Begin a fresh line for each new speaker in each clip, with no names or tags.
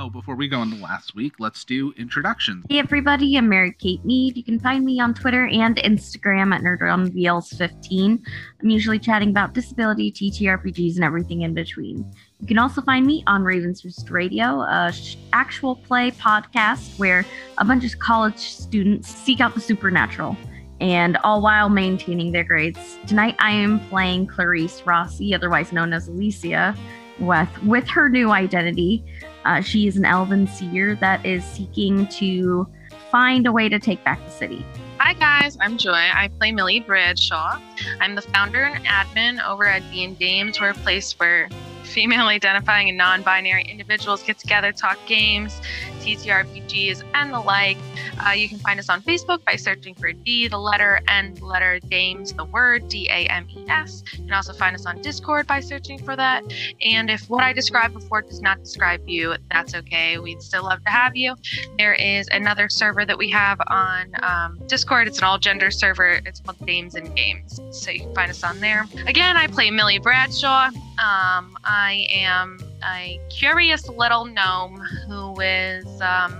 Oh, before we go into last week, let's do introductions.
Hey everybody, I'm Mary Kate Mead. You can find me on Twitter and Instagram at Nerd on Wheels 15. I'm usually chatting about disability, TTRPGs, and everything in between. You can also find me on Raven's Roost Radio, a sh- actual play podcast where a bunch of college students seek out the supernatural, and all while maintaining their grades. Tonight, I am playing Clarice Rossi, otherwise known as Alicia, with with her new identity. Uh, she is an elven seer that is seeking to find a way to take back the city.
Hi guys, I'm Joy. I play Millie Bradshaw. I'm the founder and admin over at D and Games. We're a place where female-identifying and non-binary individuals get together, talk games, TTRPGs, and the like. Uh, you can find us on Facebook by searching for D, the letter, and letter games, the word D A M E S. You can also find us on Discord by searching for that. And if what I described before does not describe you, that's okay. We'd still love to have you. There is another server that we have on um, Discord. It's an all gender server. It's called Dames and Games. So you can find us on there. Again, I play Millie Bradshaw. Um, I am a curious little gnome who is um,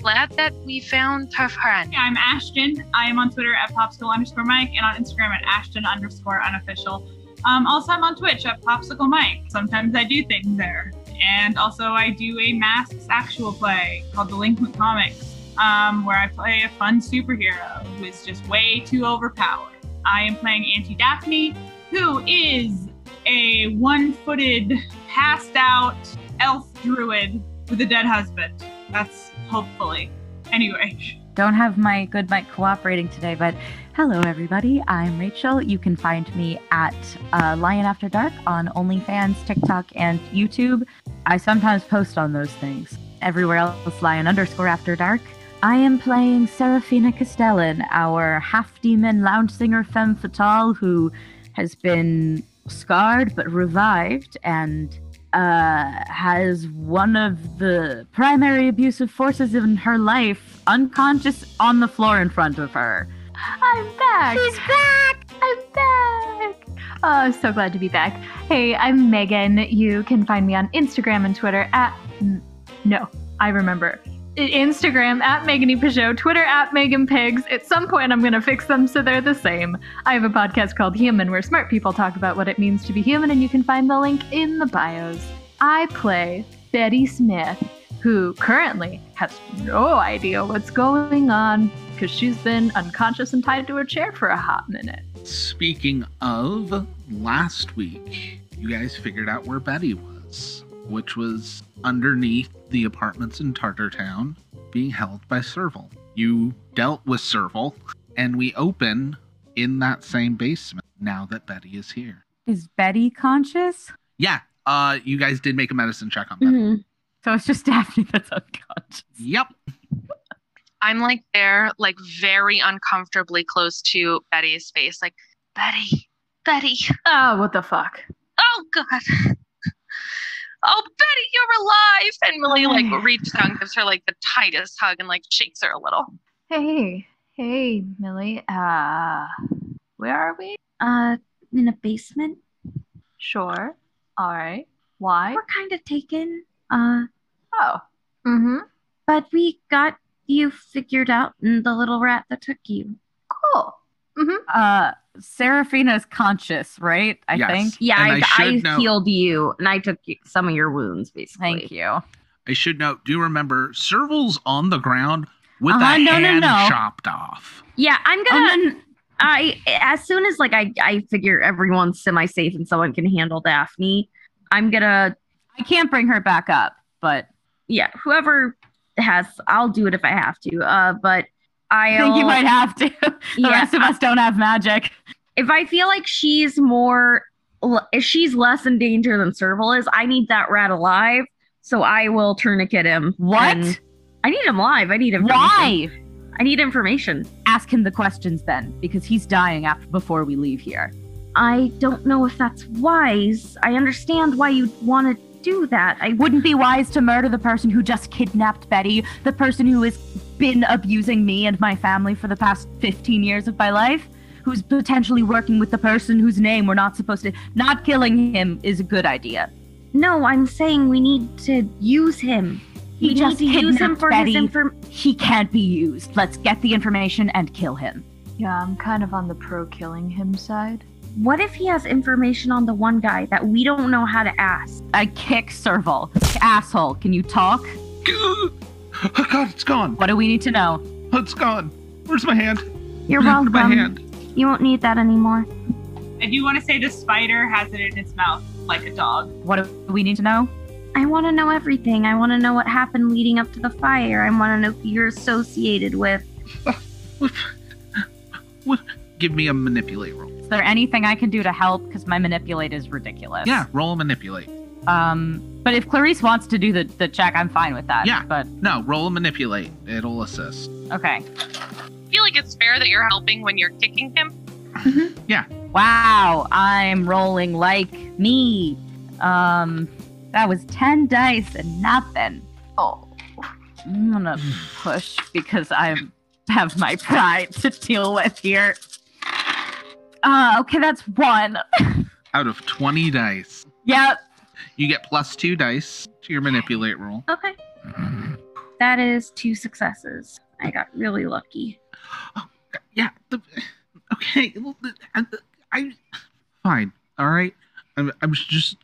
glad that we found her friend.
Hi, I'm Ashton. I am on Twitter at popsicle underscore Mike and on Instagram at Ashton underscore unofficial. Um, also, I'm on Twitch at popsicle Mike. Sometimes I do things there. And also, I do a masks actual play called Delinquent Comics, um, where I play a fun superhero who is just way too overpowered. I am playing Auntie Daphne, who is a one footed, passed out elf druid with a dead husband. That's hopefully. Anyway.
Don't have my good mic cooperating today, but hello, everybody. I'm Rachel. You can find me at uh, Lion After Dark on OnlyFans, TikTok, and YouTube. I sometimes post on those things. Everywhere else, Lion underscore After Dark. I am playing Serafina Castellan, our half demon lounge singer femme fatale who has been scarred but revived and uh, has one of the primary abusive forces in her life unconscious on the floor in front of her.
I'm back. She's back. I'm back. Oh, I'm so glad to be back. Hey, I'm Megan. You can find me on Instagram and Twitter at. n- No, I remember. I- Instagram at Megan E. Peugeot, Twitter at Megan Pigs. At some point, I'm going to fix them so they're the same. I have a podcast called Human where smart people talk about what it means to be human, and you can find the link in the bios. I play Betty Smith, who currently has no idea what's going on because she's been unconscious and tied to a chair for a hot minute.
Speaking of last week, you guys figured out where Betty was, which was underneath the apartments in Tartartown being held by Serval. You dealt with Serval, and we open in that same basement now that Betty is here.
Is Betty conscious?
Yeah, uh, you guys did make a medicine check on Betty.
Mm-hmm.
Mhm.
So it's just Daphne that's unconscious.
Yep.
I'm like there, like very uncomfortably close to Betty's face, like Betty, Betty.
Ah,
Oh, what the fuck?
Oh God. Oh Betty, you're alive! And Millie like reaches out and gives her like the tightest hug and like shakes her a little.
Hey, hey, Millie. Uh, where are we?
Uh, in a basement.
Sure. All right. Why?
We're kind of taken. Uh,
Oh. Mm-hmm.
but we got you figured out, and the little rat that took you.
Cool. Mm-hmm.
Uh, Serafina's conscious, right? I
Yes.
think.
Yeah,
And I
I, I,
should know-
healed you, and I took you, some of your wounds, basically.
Thank you.
I should note, do remember Serval's on the ground with a
Uh-huh, no, no,
hand
no.
chopped off.
Yeah, I'm gonna.
Oh,
I as soon as like I I figure everyone's semi safe and someone can handle Daphne, I'm gonna
I can't bring her back up, but
yeah whoever has I'll do it if I have to. Uh, but
I
I'll,
think you might have to. the
Yeah,
rest of us don't have magic.
if I feel like she's more if she's less in danger than Serval is, I need that rat alive. So I will tourniquet him.
What?
And- I need him alive. I need him.
Why?
I need information.
Ask him the questions then, because he's dying after before we leave here.
I don't know if that's wise. I understand why you'd want to do that. I
It wouldn't be wise to murder the person who just kidnapped Betty, the person who has been abusing me and my family for the past 15 years of my life, who's potentially working with the person whose name we're not supposed to. Not killing him is a good idea.
No, I'm saying we need to use him. We
just
need to use him
kidnapped
for
Betty.
his inform.
He can't be used. Let's get the information and kill him.
Yeah, I'm kind of on the pro killing him side.
What if he has information on the one guy that we don't know how to ask?
I kick Serval. Asshole, can you talk?
Oh god, it's gone.
What do we need to know?
It's gone. Where's my hand?
You're
Where's
welcome.
My hand.
You won't need that anymore.
I do want to say the spider has it in its mouth like a dog.
What do we need to know?
I want to know everything. I want to know what happened leading up to the fire. I want to know who you're associated with.
Give me a manipulate roll.
Is there anything I can do to help? Because my manipulate is ridiculous.
Yeah, roll a manipulate.
Um, but if Clarice wants to do the, the check, I'm fine with that.
Yeah.
But
No, roll a manipulate. It'll assist.
okay.
I feel like it's fair that you're helping when you're kicking him.
Wow, I'm rolling like me. Um, that was ten dice and nothing.
Oh.
I'm gonna push because I have my pride to deal with here. Uh, okay, that's one.
Out of 20 dice,
Yep.
you get plus two dice to your manipulate roll.
Okay. That is two successes. I got really lucky.
Yeah. The, okay. I, I fine. All right. I'm, I'm just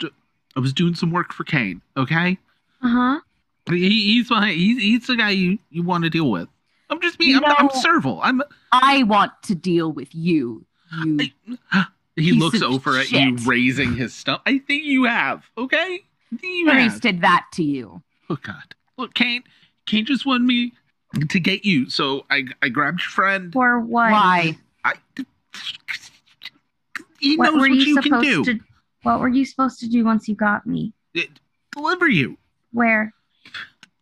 I was doing some work for Kane. Okay.
Uh huh.
He, he's my he's, he's the guy you, you want to deal with. I'm just me. I'm, I'm
No.
servile. I'm.
I want to deal with you. You.
I- He
Piece
looks
of
over at you,
shit.
raising his stump. I think you have. Okay. I think you
Clarice
have.
did that to you.
Oh God. Look, Kane. Kane just wanted me to get you, so I I grabbed your friend.
For what?
Why?
I. He
What
knows
were
what
you
you can
supposed
do.
to? What were you supposed to do once you got me?
It- deliver you.
Where?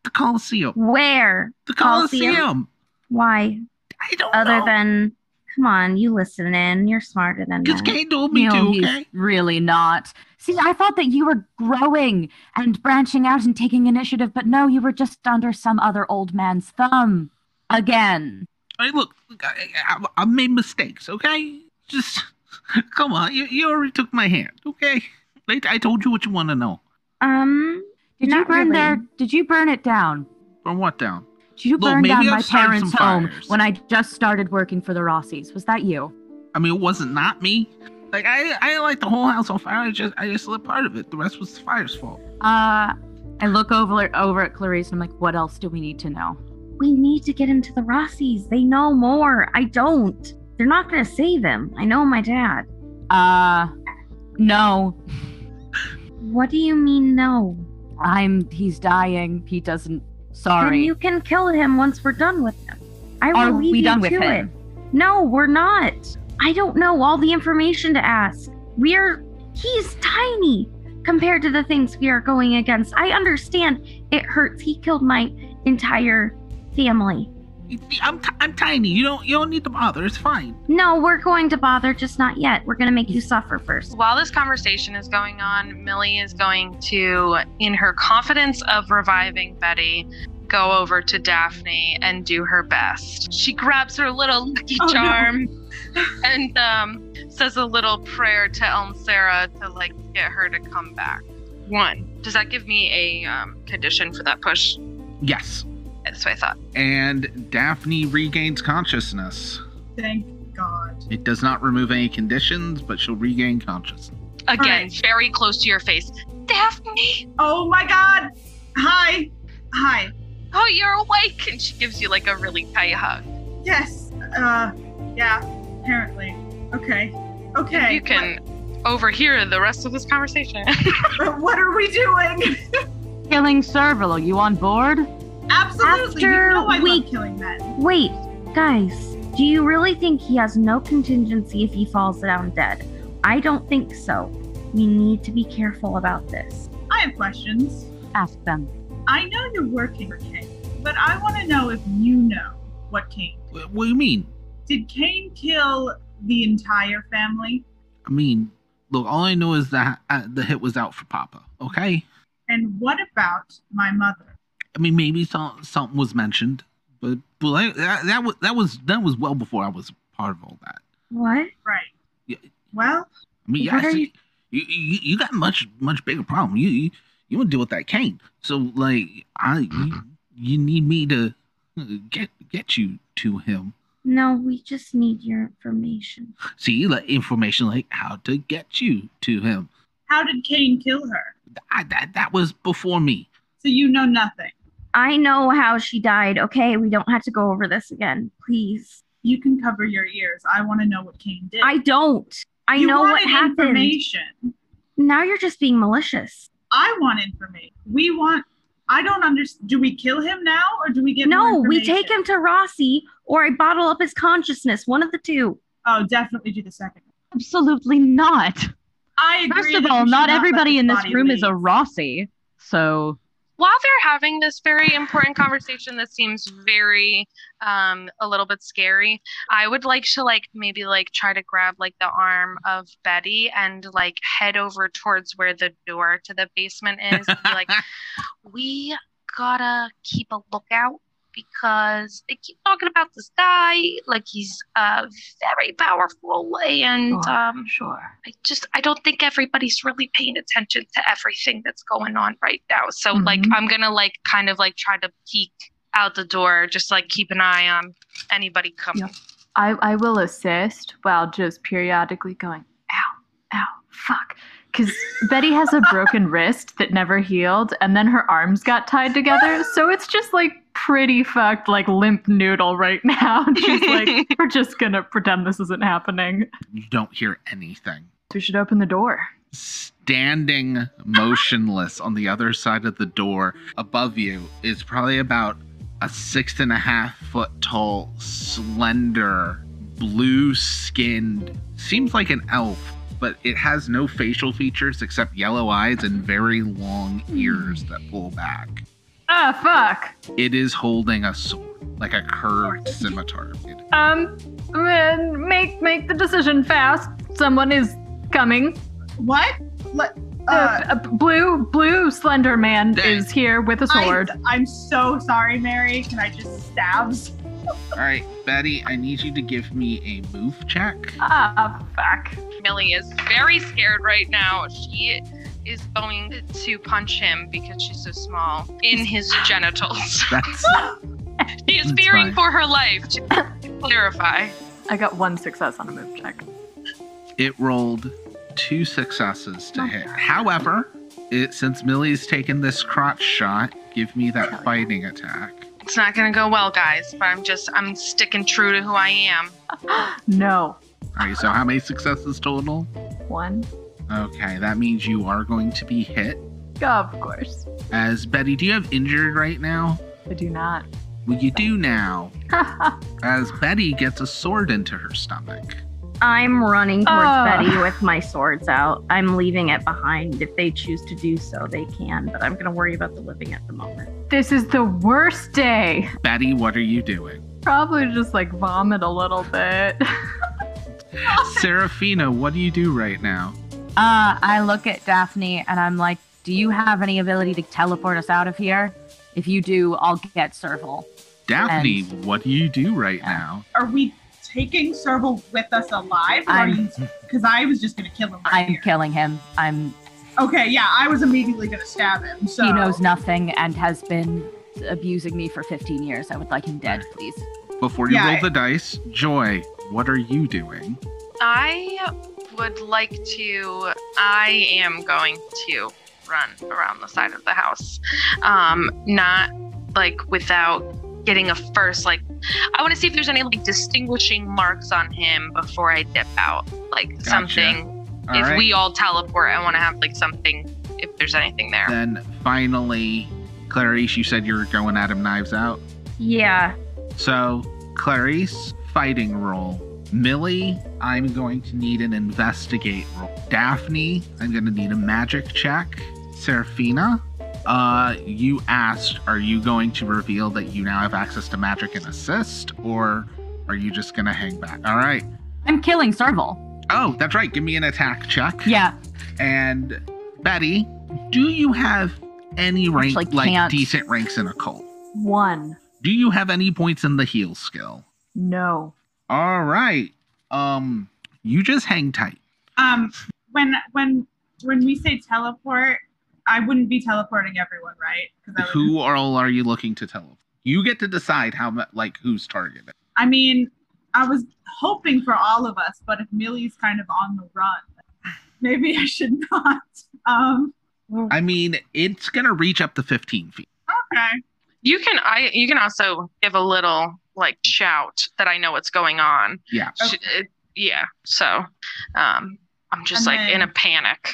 The Colosseum.
Where?
The
Colosseum?
Colosseum.
Why?
I don't
Other
know.
than, come on, you listen in. You're smarter than
because
that.
Kane told me
No,
to.
he's
Okay.
really not. See, I thought that you were growing and branching out and taking initiative, but no, you were just under some other old man's thumb again.
I mean, look, look, I, I, I made mistakes. Okay. Just come on. You, you already took my hand. Okay. I, I told you what you want to know.
Um.
Did you
Not
burn
really.
their? Did you burn it down?
From what down?
Did you
Well,
burn
maybe
down
I've
my
started some
parents' home
fires.
when I just started working for the Rossies? Was that you?
I mean, it wasn't not me. Like I, I lit the whole house on fire. I just, I just lit part of it. The rest was the fire's fault.
Uh, I look over over at Clarice and I'm like, what else do we need to know?
We need to get into the Rossies. They know more. I don't. They're not gonna save him. I know my dad.
Uh, no,
What do you mean no?
I'm. He's dying. He doesn't. Sorry.
And you can kill him once we're done with him. I will
Are
leave
we
you
done with
to
him?
It. No, we're not. I don't know all the information to ask. We're he's tiny compared to the things we are going against. I understand it hurts. He killed my entire family.
I'm, t- I'm tiny. You don't, you don't need to bother. It's fine.
No, we're going to bother, just not yet. We're gonna make you suffer first.
While this conversation is going on, Millie is going to, in her confidence of reviving Betty, go over to Daphne and do her best. She grabs her little lucky
Oh, no.
charm and um, says a little prayer to Elmsera to like get her to come back. One. Does that give me a um, condition for that push?
Yes.
That's what I thought.
And Daphne regains consciousness.
Thank God.
It does not remove any conditions, but she'll regain consciousness.
Again,
Alright.
very close to your face. Daphne!
Oh my God. Hi. Hi.
Oh, you're awake! And she gives you like a really tight hug.
Yes. Uh. Yeah. Apparently. Okay. Okay.
you can overhear the rest of this conversation.
What, what are we doing?
Killing Serval, are you on board?
Absolutely.
After
you know I
we-
love killing men.
Wait, guys, do you really think he has no contingency if he falls down dead? I don't think so. We need to be careful about this.
I have questions.
Ask them.
I know you're working for Kane, but I want to know if you know what Kane.
Wh- What do you mean?
Did Kane kill the entire family?
I mean, look, all I know is that uh, the hit was out for Papa. Okay.
And what about my mother?
I mean, maybe some, something was mentioned, but but like, that, that was that was that was well before I was part of all that.
What?
Right.
Yeah.
Well,
I mean,
What
yes,
are
you,
you-
you you got much much bigger problem. You you, You want to deal with that cane. So like I you, you need me to get get you to him.
No, we just need your information.
See, like information like how to get you to him.
How did Kane kill her?
I, that that was before me.
So you know nothing.
I know how she died, okay? We don't have to go over this again, please.
You can cover your ears. I want to know what Kane did.
I don't. I
you
know what
wanted
happened.
information.
Now you're just being malicious.
I want information. We want. I don't understand. Do we kill him now, or do we get more
No, we
information?
take him to Rossi or I bottle up his consciousness. One of the two.
Oh, definitely do the second.
Absolutely not.
I agree.
First of
that
all,
we should
not
let
everybody in this
body
room is a
leave.
Rossi. So
While they're having this very important conversation that seems very um, a little bit scary, I would like to like maybe like try to grab like the arm of Betty and like head over towards where the door to the basement is. and be like, we gotta keep a lookout because they keep talking about this guy like he's uh very powerful and um
sure.
I just I don't think everybody's really paying attention to everything that's going on right now. So like
Mm-hmm.
Mhm.
I'm gonna like kind of like try to peek out the door, just like keep an eye on anybody coming.
I, I will assist while just periodically going, ow, ow, fuck. Because Betty has a broken wrist that never healed, and then her arms got tied together. So it's just like pretty fucked, like limp noodle right now. She's like, we're just gonna pretend this isn't happening.
You don't hear anything.
We should open the door.
standing motionless on the other side of the door above you is probably about a six and a half foot tall, slender, blue skinned, seems like an elf, but it has no facial features except yellow eyes and very long ears that pull back.
Ah, fuck.
It is holding a sword, like a curved scimitar. It-
Um, man, make make the decision fast. Someone is coming.
What? Let,
Uh,
uh,
b- blue, blue Slender Man
Dang.
is here with a sword.
I, am so sorry, Mary. Can I just stabs?
All right, Betty, I need you to give me a move check.
Ah, fuck.
Millie is very scared right now. She is going to punch him because she's so small in his genitals.
That's
she is
That's
fearing
fine.
for her life to clarify.
I got one success on a move check.
It rolled two successes
Oh
to hit. However, it since Millie's taken this crotch shot, give me that fighting attack.
It's not gonna go well, guys, but I'm just I'm sticking true to who I am.
No.
All right, so how many successes total?
One.
Okay, that means you are going to be hit.
Of course.
As Betty, do you have injured right now?
I do not.
Well, you do now. As Betty gets a sword into her stomach.
I'm running towards
Oh.
Betty with my swords out. I'm leaving it behind. If they choose to do so, they can, but I'm going to worry about the living at the moment.
this is the worst day.
Betty, what are you doing?
Probably just like vomit a little bit.
Serafina, what do you do right now?
Uh, I look at Daphne and I'm like, do you have any ability to teleport us out of here? If you do, I'll get Serval.
Daphne, what do you do right now?
Are we taking Serval with us alive?
I'm-
Because I was just gonna kill him. Right
I'm
here.
killing him. I'm
Okay, yeah, I was immediately gonna stab him. So
he knows nothing and has been abusing me for 15 years. I would like him dead, please.
Before you
Yeah,
roll
I-
the dice, Joy, what are you doing?
I would like to. I am going to run around the side of the house. Um, not like without getting a first. Like, I want to see if there's any like distinguishing marks on him before I dip out. Like
Gotcha.
something.
All
if
right.
we all teleport, I want to have like something. If there's anything there.
Then finally, Clarice, you said you were going at him knives out.
Yeah.
So, Clarice, fighting roll. Millie, I'm going to need an investigate roll. Daphne, I'm going to need a magic check. Serafina, uh, you asked, are you going to reveal that you now have access to magic and assist, or are you just going to hang back? All right.
I'm killing Serval.
Oh, that's right. Give me an attack check.
Yeah.
And Betty, do you have any rank,
Actually
like
can't.
decent ranks in occult?
One.
Do you have any points in the heal skill?
No.
All right. Um, you just hang tight.
um when when when we say teleport, I wouldn't be teleporting everyone, right? Because I would.
Who all are you looking to teleport? You get to decide how mu- like who's targeted.
I mean, I was hoping for all of us, but if Millie's kind of on the run, maybe I should not. Um,
I mean, it's gonna reach up to 15 feet.
okay.
You can I you can also give a little like shout that I know what's going on.
Yeah.
Sh- it- yeah. So um I'm just
And
like in a
then-
panic.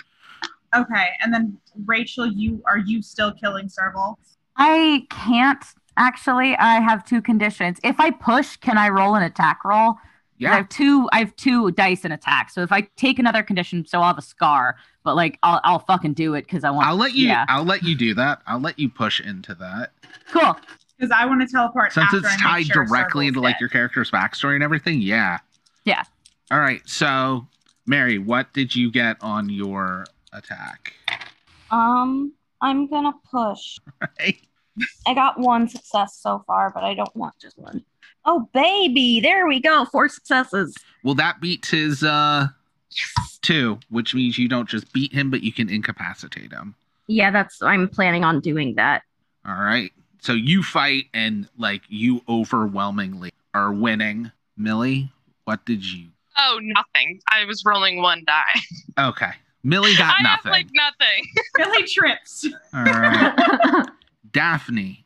Okay. And then Rachel, you are you still killing Serval?
I can't actually. I have two conditions. If I push, can I roll an attack roll? 'Cause I
Yeah.
have two. I have two dice in attack. So if I take another condition, so I'll have a scar. But like, I'll I'll fucking do it because I want.
I'll let you
Yeah.
I'll let you do that. I'll let you push into that.
Cool.
Because I want to teleport.
Since
after
it's
I make
tied
sure
directly
Serval's
into like
dead.
your character's backstory and everything, yeah.
Yeah.
All right. So, Mary, what did you get on your attack?
Um, I'm gonna push.
Right.
I got one success so far, but I don't want just one. Oh baby, there we go. Four successes.
Well, that beats his uh two, which means you don't just beat him, but you can incapacitate him.
Yeah, that's I'm planning on doing that.
All right. So you fight and like you overwhelmingly are winning. Millie, what did you?
Oh nothing. I was rolling one die.
Okay. Millie got
I
nothing.
have like nothing.
Billy trips.
All right. Daphne,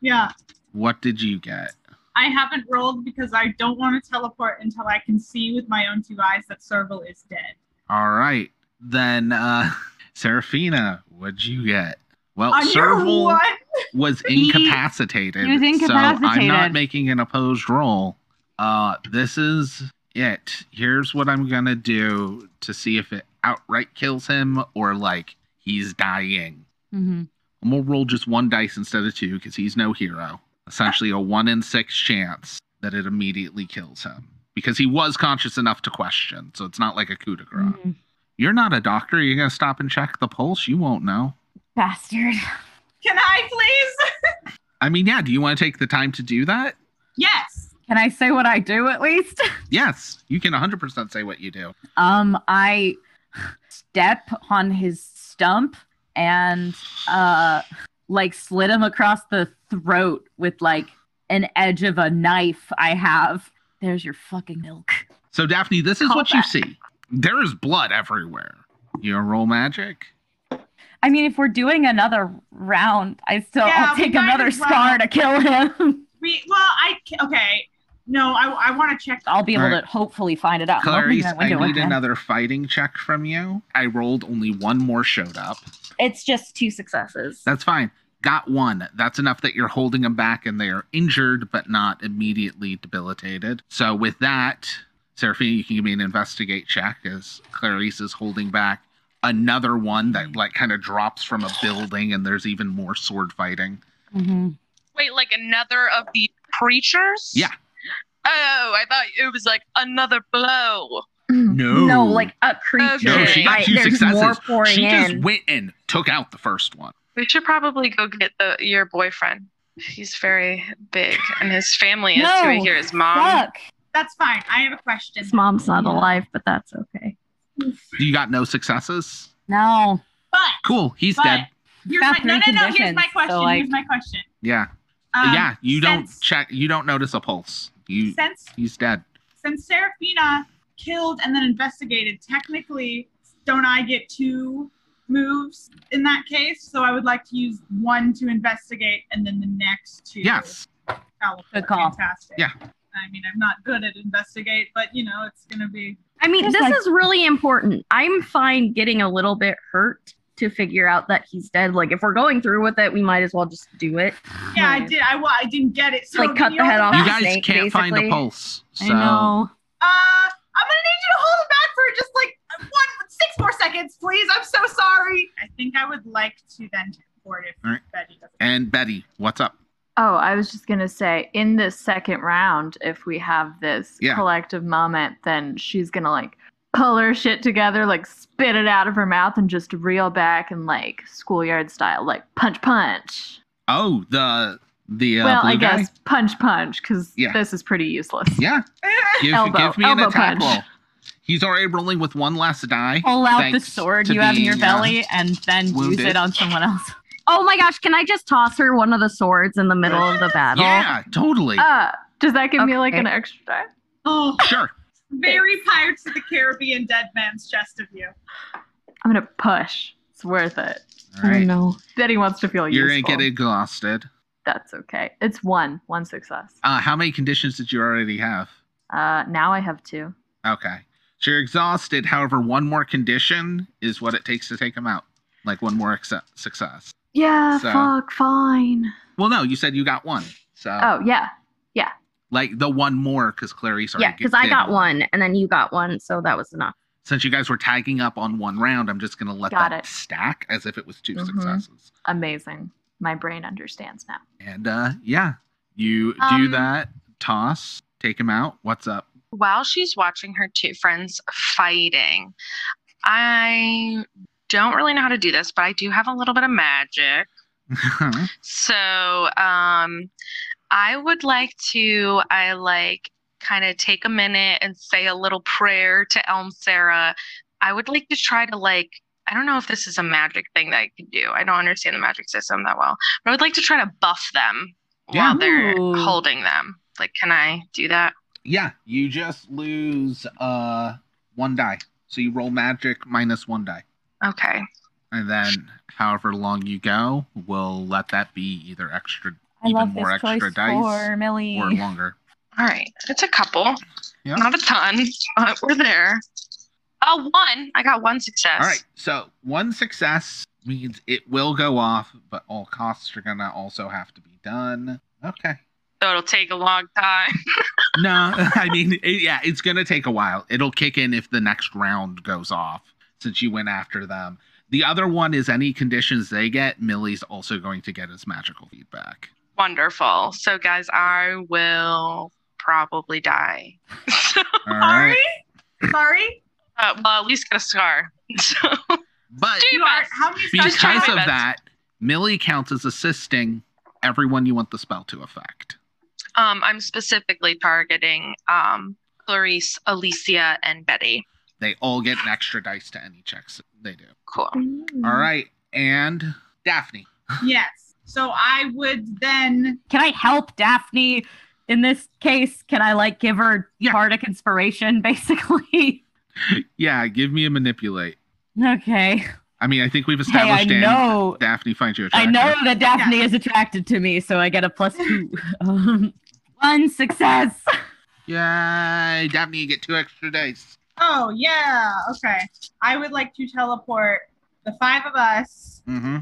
Yeah.
what did you get?
I haven't rolled because I don't want to teleport until I can see with my own two eyes that Serval is dead.
All right. Then uh Serafina, what'd you get? Well,
On your
Serval
one,
was
He-
incapacitated,
he was
So I'm not
incapacitated.
making an opposed roll. Uh this is it. Here's what I'm gonna do to see if it outright kills him or like he's dying.
Mhm.
I'm gonna roll just one dice instead of two because he's no hero. Essentially a one in six chance that it immediately kills him. Because he was conscious enough to question, so it's not like a coup de grace.
Mm-hmm.
Mhm.
You're not a doctor. You're going to stop and check the pulse. You won't know.
Bastard.
can I please?
I mean, yeah, do you want to take the time to do that?
Yes.
Can I say what I do at least?
Yes, you can 100% say what you do.
Um, I step on his stump and uh, like slit him across the throat with like an edge of a knife I have. There's your fucking milk.
So, Daphne, this is
Call
what you see. There is blood everywhere. You gonna roll magic?
I mean, if we're doing another round, I still
Yeah,
I'll
we
take
might
another
as well.
scar to kill him.
We well, I ca- okay. No, I I want to check.
I'll be able
Alright.
to hopefully find it Uh, out. I'm opening
Clarice,
that
I
window
need
again.
another fighting check from you. I rolled only one more showed up.
It's just two successes.
That's fine. Got one. That's enough that you're holding them back and they are injured but not immediately debilitated. So with that, Seraphina, you can give me an investigate check as Clarice is holding back another one that like kind of drops from a building and there's even more sword fighting.
Mhm.
Wait, like another of the creatures?
Yeah.
Oh, I thought it was like another blow.
No.
No, like a creature.
No, she
got
I-
two
there's
successes.
more pouring
she just
in.
went and took out the first one.
We should probably go get the your boyfriend. He's very big, and his family is
No.
too. I hear his mom.
Fuck.
That's fine. I have a question.
His mom's not alive, but that's okay.
You got no successes?
No.
But
Cool. He's
But-
dead.
here's
Got
my, no,
three
no, no. Here's my
conditions, so,
question.
like-
here's my question.
Yeah.
Um,
yeah. You don't
since-
check you don't notice a pulse. You
Since
he's dead.
since Serafina killed and then investigated, technically, don't I get two moves in that case? So I would like to use one to investigate and then the next to
Yes.
teleport.
Good call.
Fantastic.
Yeah.
I mean, I'm not good at investigate, but you know, it's gonna be.
I mean,
There's
this
like-
is really important. I'm fine getting a little bit hurt to figure out that he's dead. Like, if we're going through with it, we might as well just do it.
Yeah, I
Right.
did. I, well, I didn't get it. So
Like, cut
you're
the head
all
off.
You
Last
guys
night,
can't find the
basically.
pulse. So
I know.
Uh, I'm gonna need you to hold it back for just like one, six more seconds, please. I'm so sorry. I think I would like to then board if
All right.
Betty doesn't.
And Betty, what's up?
Oh, I was just gonna say, in this second round, if we have this
Yeah.
collective moment, then she's gonna like pull her shit together, like spit it out of her mouth, and just reel back and like schoolyard style, like punch, punch.
Oh, the the uh,
well,
blue
I
guy?
guess punch, punch, because
Yeah.
this is pretty uselseless.
Yeah, give,
Elbow-
give me an
elbow
attack
punch. Oh,
roll. He's already rolling with one last die.
Pull out
Thanks
the sword
to
you have in your
being, uh,
belly and then
wounded.
use it on someone else.
Oh my gosh, can I just toss her one of the swords in the middle of the battle?
Yeah, totally.
Uh, does that give me like an
Okay.
extra die?
Oh,
sure.
very Pirates of the Caribbean dead man's chest of you.
I'm gonna push. It's worth it.
All right.
know. Betty wants to feel
You're
useful.
gonna get exhausted.
That's okay. It's one. One success.
Uh, how many conditions did you already have?
Uh, now I have two.
Okay. So you're exhausted. However, one more condition is what it takes to take him out. Like one more acce- success.
Yeah.
So-
Fuck. Fine.
Well, no, you said you got one. So
Oh yeah.
like the one more because Clarice already.
Yeah, because
g-
I
did
got one and then you got one, so that was enough.
Since you guys were tagging up on one round, I'm just gonna let
Got
that
it.
stack as if it was 2
Mhm.
successes.
Amazing. My brain understands now.
And uh yeah, you do
Um,
that toss, take him out. What's up?
While she's watching her two friends fighting, I don't really know how to do this, but I do have a little bit of magic. So um, I would like to, I like kind of take a minute and say a little prayer to Elm Sarah. I would like to try to like, I don't know if this is a magic thing that I could do. I don't understand the magic system that well, but I would like to try to buff them
Yeah.
while they're
Ooh.
holding them. Like, can I do that?
yeah, you just lose uh one die. So you roll magic minus one die.
Okay.
And then however long you go, we'll let that be either extra
I
Even
love
more
this
extra
choice
dice
for Millie.
or longer.
All right. It's a couple.
Yeah.
Not a ton, but we're there. Oh, one. I got one success.
All right. So one success means it will go off, but all costs are gonna also have to be done. Okay.
So it'll take a long time.
No, I mean, it, yeah, it's gonna take a while. It'll kick in if the next round goes off since you went after them. The other one is any conditions they get, Millie's also going to get his magical feedback.
Wonderful. So, guys, I will probably die.
All
Sorry?
right.
Sorry?
uh, well, at least get a scar. So,
But
Do
You are,
best.
how many
Just try
because
my
of
best.
that, Millie counts as assisting everyone you want the spell to affect.
um, I'm specifically targeting um, Clarice, Alicia, and Betty.
They all get an extra dice to any checks they do.
Cool.
Mm. Mm-hmm.
All right. And Daphne.
Yes. So I would then
Can I help Daphne in this case? Can I like give her
Yeah.
bardic inspiration basically?
Yeah, give me a manipulate.
okay.
I mean, I think we've
Hey, I
established Dan-
know.
Daphne finds you
I
attractive.
know that Daphne is attracted to me, so I get a plus two. Um, one success.
Yay, Daphne, you get two extra dice.
Oh yeah, okay. I would like to teleport the five of us,
Mm-hmm.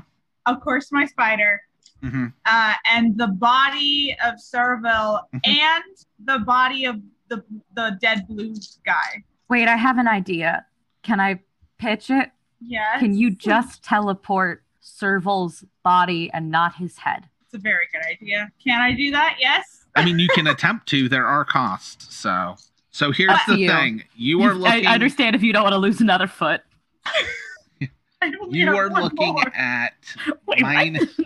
of course my spider,
Mm-hmm.
uh, and the body of Serval
Mhm.
and the body of the the dead blue guy.
Wait, I have an idea. Can I pitch it?
Yes.
Can you just teleport Serval's body and not his head?
It's a very good idea. Can I do that? Yes.
I mean, you can attempt to. There are costs. So, so here's
Up to
the
you.
thing: you are looking.
I understand if you don't want to lose another foot.
I only
You
have
are
one
looking
more.
at
Wait, what?
minus.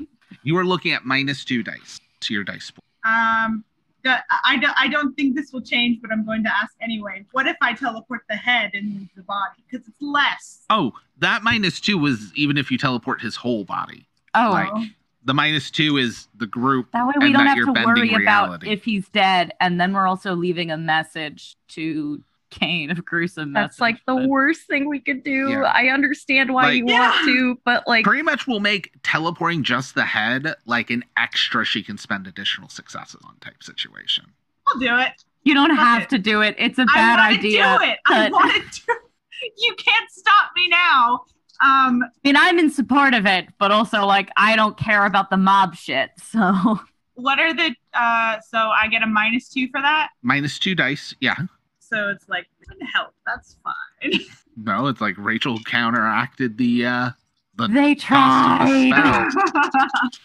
You are looking at minus two dice to your dice pool.
Um, the, I don't. I don't think this will change, but I'm going to ask anyway. What if I teleport the head and leave the body? Because it's less.
Oh, that minus two was even if you teleport his whole body.
Oh,
Like the minus two is the group.
that way we
and
don't
that
have
you're
to worry
bending
about
reality.
if he's dead, and then we're also leaving a message to Cain of gruesome.
That's like the
worst.
worst thing we could do.
Yeah.
I understand why
Like-
you want to, but like
Pretty much will make teleporting just the head like an extra she can spend additional successes on type situation.
I'll do it.
You don't
Fuck
have
it.
to do it. It's a bad
I wanna
idea.
Do it. I
but-
want to do it. You can't stop me now. Um,
I mean, I'm in support of it, but also like I don't care about the mob shit. So
what are the? Uh, so I get a minus two for that.
Minus two dice, yeah.
So it's like one help. That's fine.
No, it's like Rachel counteracted the uh the
they
cost of the
tried.
spell.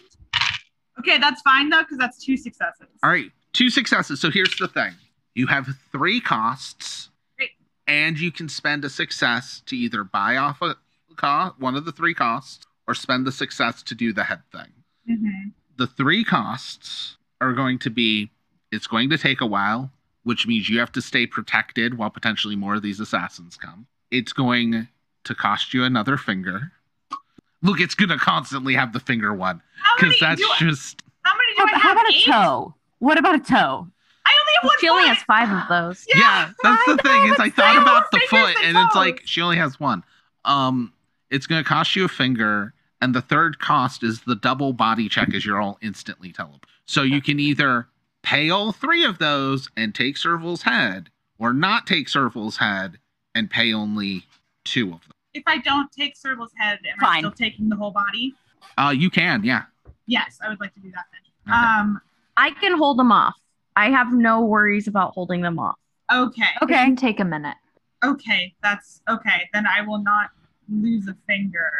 okay, that's fine though, because that's two successes.
All right, two successes. So here's the thing. You have three costs
Great.
and you can spend a success to either buy off a cost, one of the three costs or spend the success to do the head thing.
Mhm.
the three costs are going to be it's going to take a while. which means you have to stay protected while potentially more of these assassins come. It's going to cost you another finger. Look, it's going to constantly have the finger one
How many
because that's
do I,
just
how many do
How,
I
how
have?
about a
Eight?
toe? What about a toe?
I only have one
She only
foot.
has five of those.
yeah. that's the thing is I thought about the foot and it's like she only has one. Um, it's going to cost you a finger, and the third cost is the double body check as you're all instantly teleported. So you can either pay all three of those and take Serval's head, or not take Serval's head and pay only two of them.
If I don't take Serval's head, am I
Fine.
still taking the whole body?
Uh, you can, yeah.
Yes, I would like to do that then.
Okay.
Um,
I can hold them off. I have no worries about holding them off.
okay,
Okay.
It can take a minute.
okay, that's okay. Then I will not lose a finger.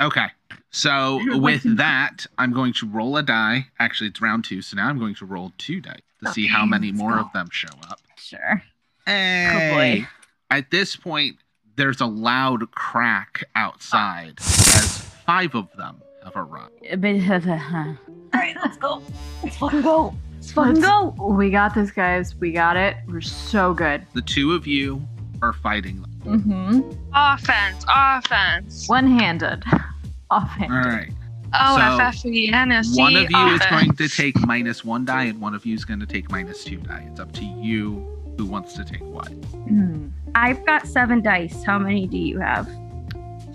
Okay. So with that, I'm going to roll a die. Actually, it's round two, so now I'm going to roll two dice to see how
Okay,
many
let's
more
go.
of them show up.
Sure.
Hey. At this point, there's a loud crack outside as five of them have arrived.
A bit of a-
All right, let's go.
Let's fucking go.
We got this, guys. We got it. We're so good.
The two of you are fighting them.
Mm-hmm.
Offense, offense.
One-handed. Offhand.
All right.
OFFENSC.
one of you is
E, offense.
going to take minus one die, and one of you is going to take minus two die. It's up to you who wants to take what.
Hmm.
I've got seven dice. How many do you have?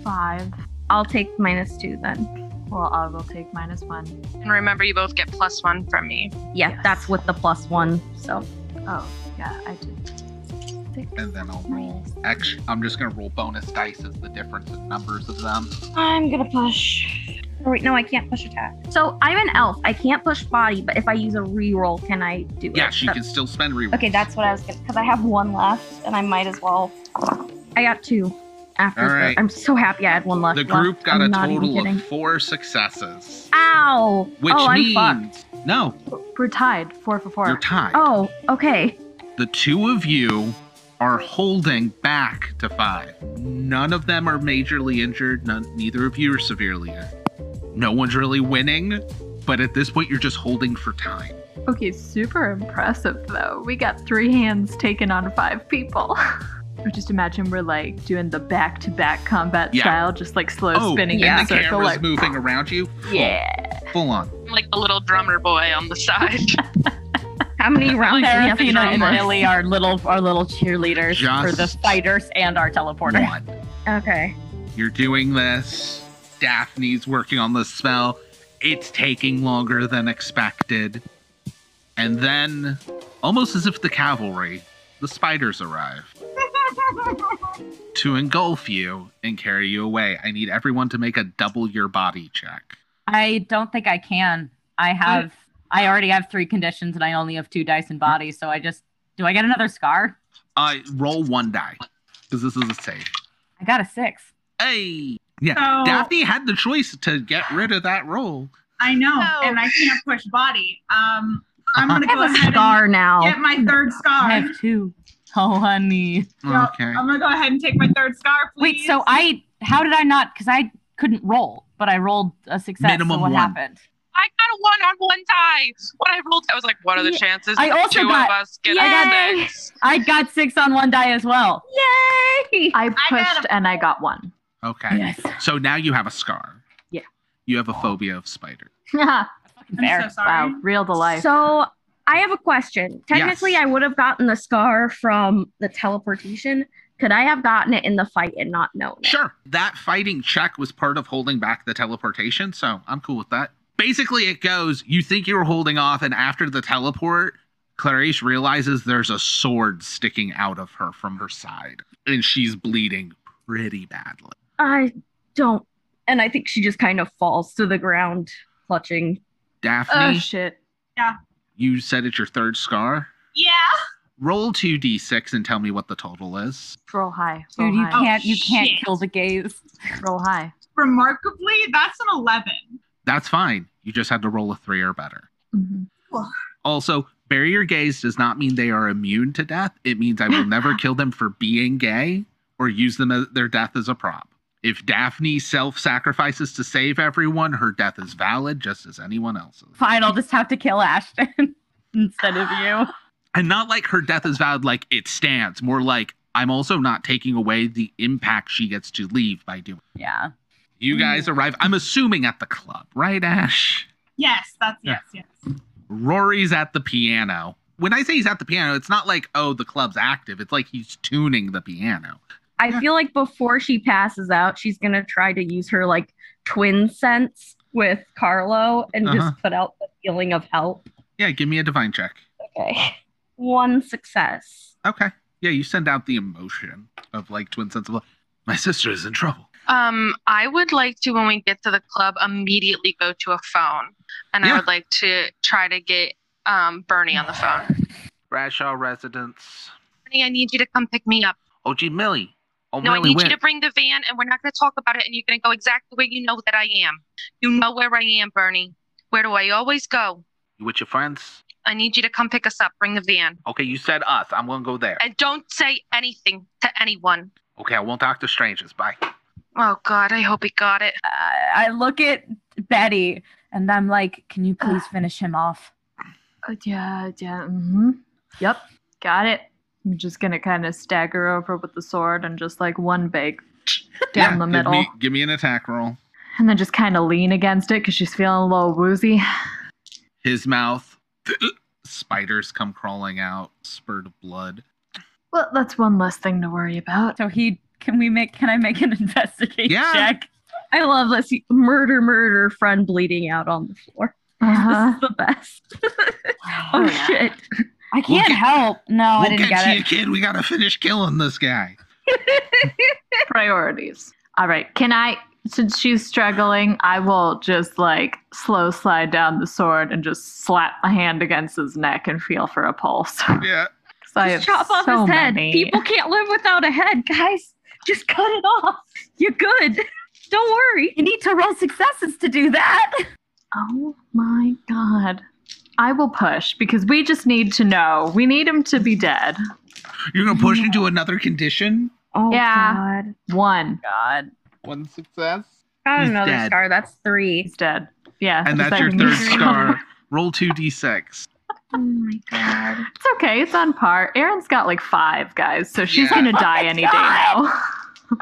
Five.
I'll take minus two then.
Well, I will take minus one.
And remember, you both get plus one from me.
Yeah,
Yes.
that's with the plus one. So
Oh, yeah, I did. Six.
And then I'll roll. Actually, I'm just going to roll bonus dice as the difference in numbers of them.
I'm gonna push. Oh, wait, no, I can't push attack. So I'm an elf. I can't push body, but if I use a reroll, can I do it?
Yeah, she
That-
can still spend rerolls.
Okay, that's what I was gonna. Because I have one left, and I might as well. I got two. After
All
the-
right.
I'm so happy I had one left.
The group
left.
got
I'm
a
not even
total
kidding.
of four successes,
Ow!
which
oh,
means
I'm fucked.
no,
We're tied. Four for 4
you're tied.
Oh, okay.
The two of you are holding back to five. None of them are majorly injured. None, neither of you are severely injured. No one's really winning, but at this point, you're just holding for time.
Okay, super impressive though. We got three hands taken on five people. Or just imagine we're like doing the back to back combat
Yeah.
style, just like slow
oh,
spinning
and
in a
the
circle.
camera's
Like,
moving around you. Full-
yeah.
full on.
I'm like the little drummer boy on the side.
How many rounds? do we have to
Seraphina and
drum this?
Lily are little our little cheerleaders for the
Just-
fighters and our teleporter.
One.
Okay.
You're doing this. Daphne's working on the spell. It's taking longer than expected. And then, almost as if the cavalry, the spiders arrive to engulf you and carry you away. I need everyone to make a double your body check.
I don't think I can. I have I already have three conditions and I only have two dice and body, so I just do I get another scar?
Uh, roll one die because this is a save.
I got a six.
Hey, yeah.
So-
Daphne had the choice to get rid of that roll.
I know,
No.
and I can't push body. Um, I'm gonna
I
go
have a
ahead
scar now.
and get my third scar.
I have two. Oh honey.
Yeah,
Okay.
I'm gonna go ahead and take my third scar, please.
Wait, so I how did I not because I couldn't roll, but I rolled a success.
Minimum
so what
one.
happened?
I got a one on one die. When I rolled, I was like, what are the
Yeah.
chances?
I
that
also
two
got-
of us get a
Yay!
six?
I got six on one die as well.
Yay!
I
got
pushed and I got one.
Okay.
Yes.
So now you have a scar.
Yeah.
You have a phobia of spiders.
Fucking
I'm so
fair.
sorry.
wow, real to life.
So I have a question. Technically,
Yes.
I would have gotten the scar from the teleportation. Could I have gotten it in the fight and not known? it?
Sure. That fighting check was part of holding back the teleportation, so I'm cool with that. Basically, it goes you think you're holding off, and after the teleport, Clarice realizes there's a sword sticking out of her from her side, and she's bleeding pretty badly.
I don't. And I think she just kind of falls to the ground, clutching.
oh
Daphne,
shit.
you said it's your third scar.
yeah.
Roll 2d6 and tell me what the total is.
Roll high. Roll
Dude, you
high.
can't you can't
shit.
kill the gaze.
Roll high.
Remarkably, that's an eleven.
That's fine. You just had to roll a three or better.
Mhm.
Also, barrier gays does not mean they are immune to death. It means I will never kill them for being gay or use them as their death as a prop. If Daphne self sacrifices to save everyone, her death is valid just as anyone else's.
Fine, I'll just have to kill Ashton instead of you.
And not like her death is valid, like it stands. More like I'm also not taking away the impact she gets to leave by doing.
Yeah.
You guys arrive, I'm assuming, at the club, right, Ash?
Yes, that's
Yeah.
yes,
Rory's at the piano. When I say he's at the piano, it's not like, oh, the club's active. It's like he's tuning the piano.
I feel like before she passes out, she's gonna try to use her like twin sense with Carlo and
Uh-huh.
just put out the feeling of help.
Yeah, give me a divine check.
Okay. One success.
Okay. Yeah, you send out the emotion of like twin sense of like, my sister is in trouble.
Um, I would like to, when we get to the club, immediately go to a phone, and
Yeah.
I would like to try to get um, Bernie on the phone.
Bradshaw residence.
Bernie, I need you to come pick me up.
OG Millie. Oh,
No, I need you to bring the van, and we're not going to talk about it. And you're going to go exactly where you know that I am. You know where I am, Bernie. Where do I always go?
You with your friends?
I need you to come pick us up. Bring the van,
Okay, you said us. I'm going to go there.
and don't say anything to anyone.
Okay, I won't talk to strangers. Bye.
Oh God, I hope he got it.
Uh, I I look at Betty and I'm like, can you please finish him off?
Uh, yeah, yeah. hmm Yep, got it. I'm just gonna kind of stagger over with the sword and just like one big down the middle,
Give me, give me an attack roll.
and then just kind of lean against it because she's feeling a little woozy.
His mouth. Spiders come crawling out, spurred of blood.
Well, that's one less thing to worry about.
So he can we make can I make an investigation
Yeah.
check?
I love this murder, murder friend bleeding out on the floor.
Uh-huh.
This is the best.
Oh
oh
yeah.
shit.
I can't
get-
help. No, Oh, I didn't get
you,
it.
kid. We gotta finish killing this guy.
Priorities. All right. Can I? Since she's struggling, I will just like slow slide down the sword and just slap my hand against his neck and feel for a pulse. 'Cause
Yeah.
I have
Just chop off
so
his head.
many.
People can't live without a head, guys. Just cut it off. You're good. Don't worry.
You need to roll successes to do that.
Oh my god. I will push because we just need to know. We need him to be dead.
You're gonna push into another condition.
Oh
Yeah.
god.
One.
God.
One success.
Got
He's
another
dead.
star. That's three.
He's dead. Yeah.
And
just
that's your
like-
third star. Roll two d6.
Oh my god.
It's okay. It's on par. Aaron's got like five guys, so she's
Yeah.
gonna
Oh
die any day now.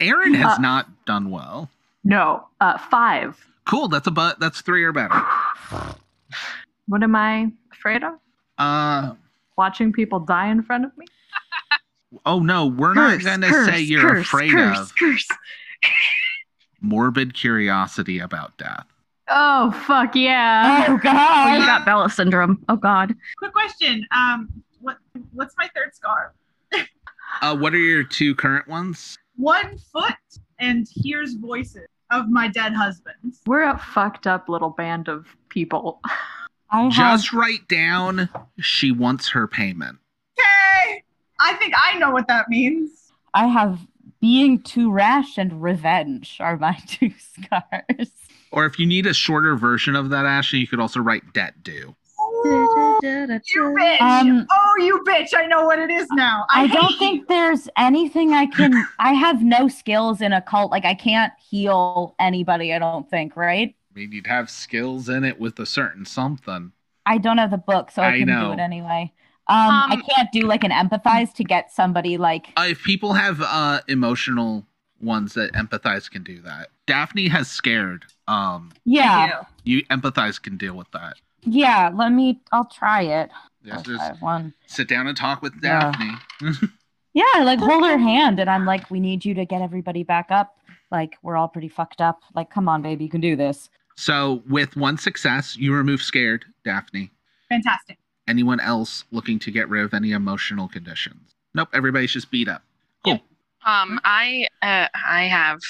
Aaron has
Uh,
not done well.
No, uh, five.
Cool. That's a but. That's three or better.
What am I afraid of?
Uh.
Watching people die in front of me?
Oh no, we're
Curse,
not gonna
curse,
say you're
curse,
afraid
curse,
of
Curse.
morbid curiosity about death.
Oh fuck yeah!
Oh
Oh, you
god.
got Bella syndrome. Oh god.
Quick question. Um, what what's my third scar?
Uh, what are your two current ones?
One foot and hears voices of my dead husband.
We're a fucked up little band of people.
I have
Just write down she wants her payment.
Okay, I think I know what that means.
I have being too rash and revenge are my two scars.
Or if you need a shorter version of that, Ashley, you could also write debt due.
Ooh, you bitch!
Um,
oh, you bitch! I know what it is now. I,
I, don't
hate
think
you.
there's anything I can. I have no skills in occult. Like I can't heal anybody. I don't think. Right?
I mean, you'd have skills in it with a certain something.
I don't have the book, so I,
I
can
know.
do it anyway. Um, I
Um,
can't do like an empathize to get somebody like.
Uh, if people have uh, emotional ones that empathize can do that. Daphne has scared. Um,
Yeah,
you empathize can deal with that.
yeah. Let me. I'll try it.
Yeah,
I'll
just
try one.
sit down and talk with
Yeah.
Daphne.
Yeah, I, like hold her hand, and I'm like, we need you to get everybody back up. Like we're all pretty fucked up. Like come on, baby, you can do this.
So, with one success, you remove scared, Daphne.
Fantastic.
Anyone else looking to get rid of any emotional conditions? Nope, everybody's just beat up.
Um, I uh, I have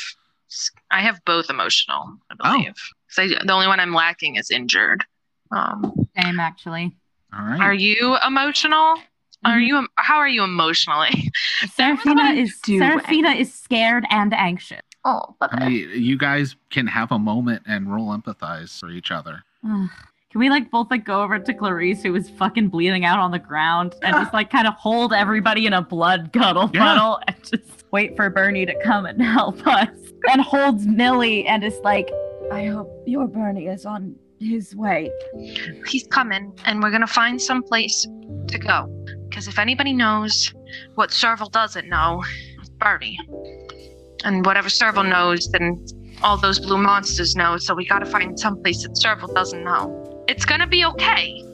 I have both emotional. I
Oh.
believe. So I- the only one I'm lacking is injured. Um,
Same actually.
All right.
are you emotional? Are you em- how are you emotionally?
Serafina is
do
Serafina is scared and anxious.
Oh, but
I mean, you guys can have a moment and roll empathize for each other.
Ugh. Can we like both like go over to Clarice who is fucking bleeding out on the ground and just like kind of hold everybody in a blood cuddle
Yeah.
puddle and just wait for Bernie to come and help us and holds Millie and is like, I hope your Bernie is on his way.
He's coming, and we're gonna find some place to go. Because if anybody knows what Serval doesn't know, it's Bertie. And whatever Serval knows, then all those blue monsters know. So we gotta find some place that Serval doesn't know. It's gonna be okay.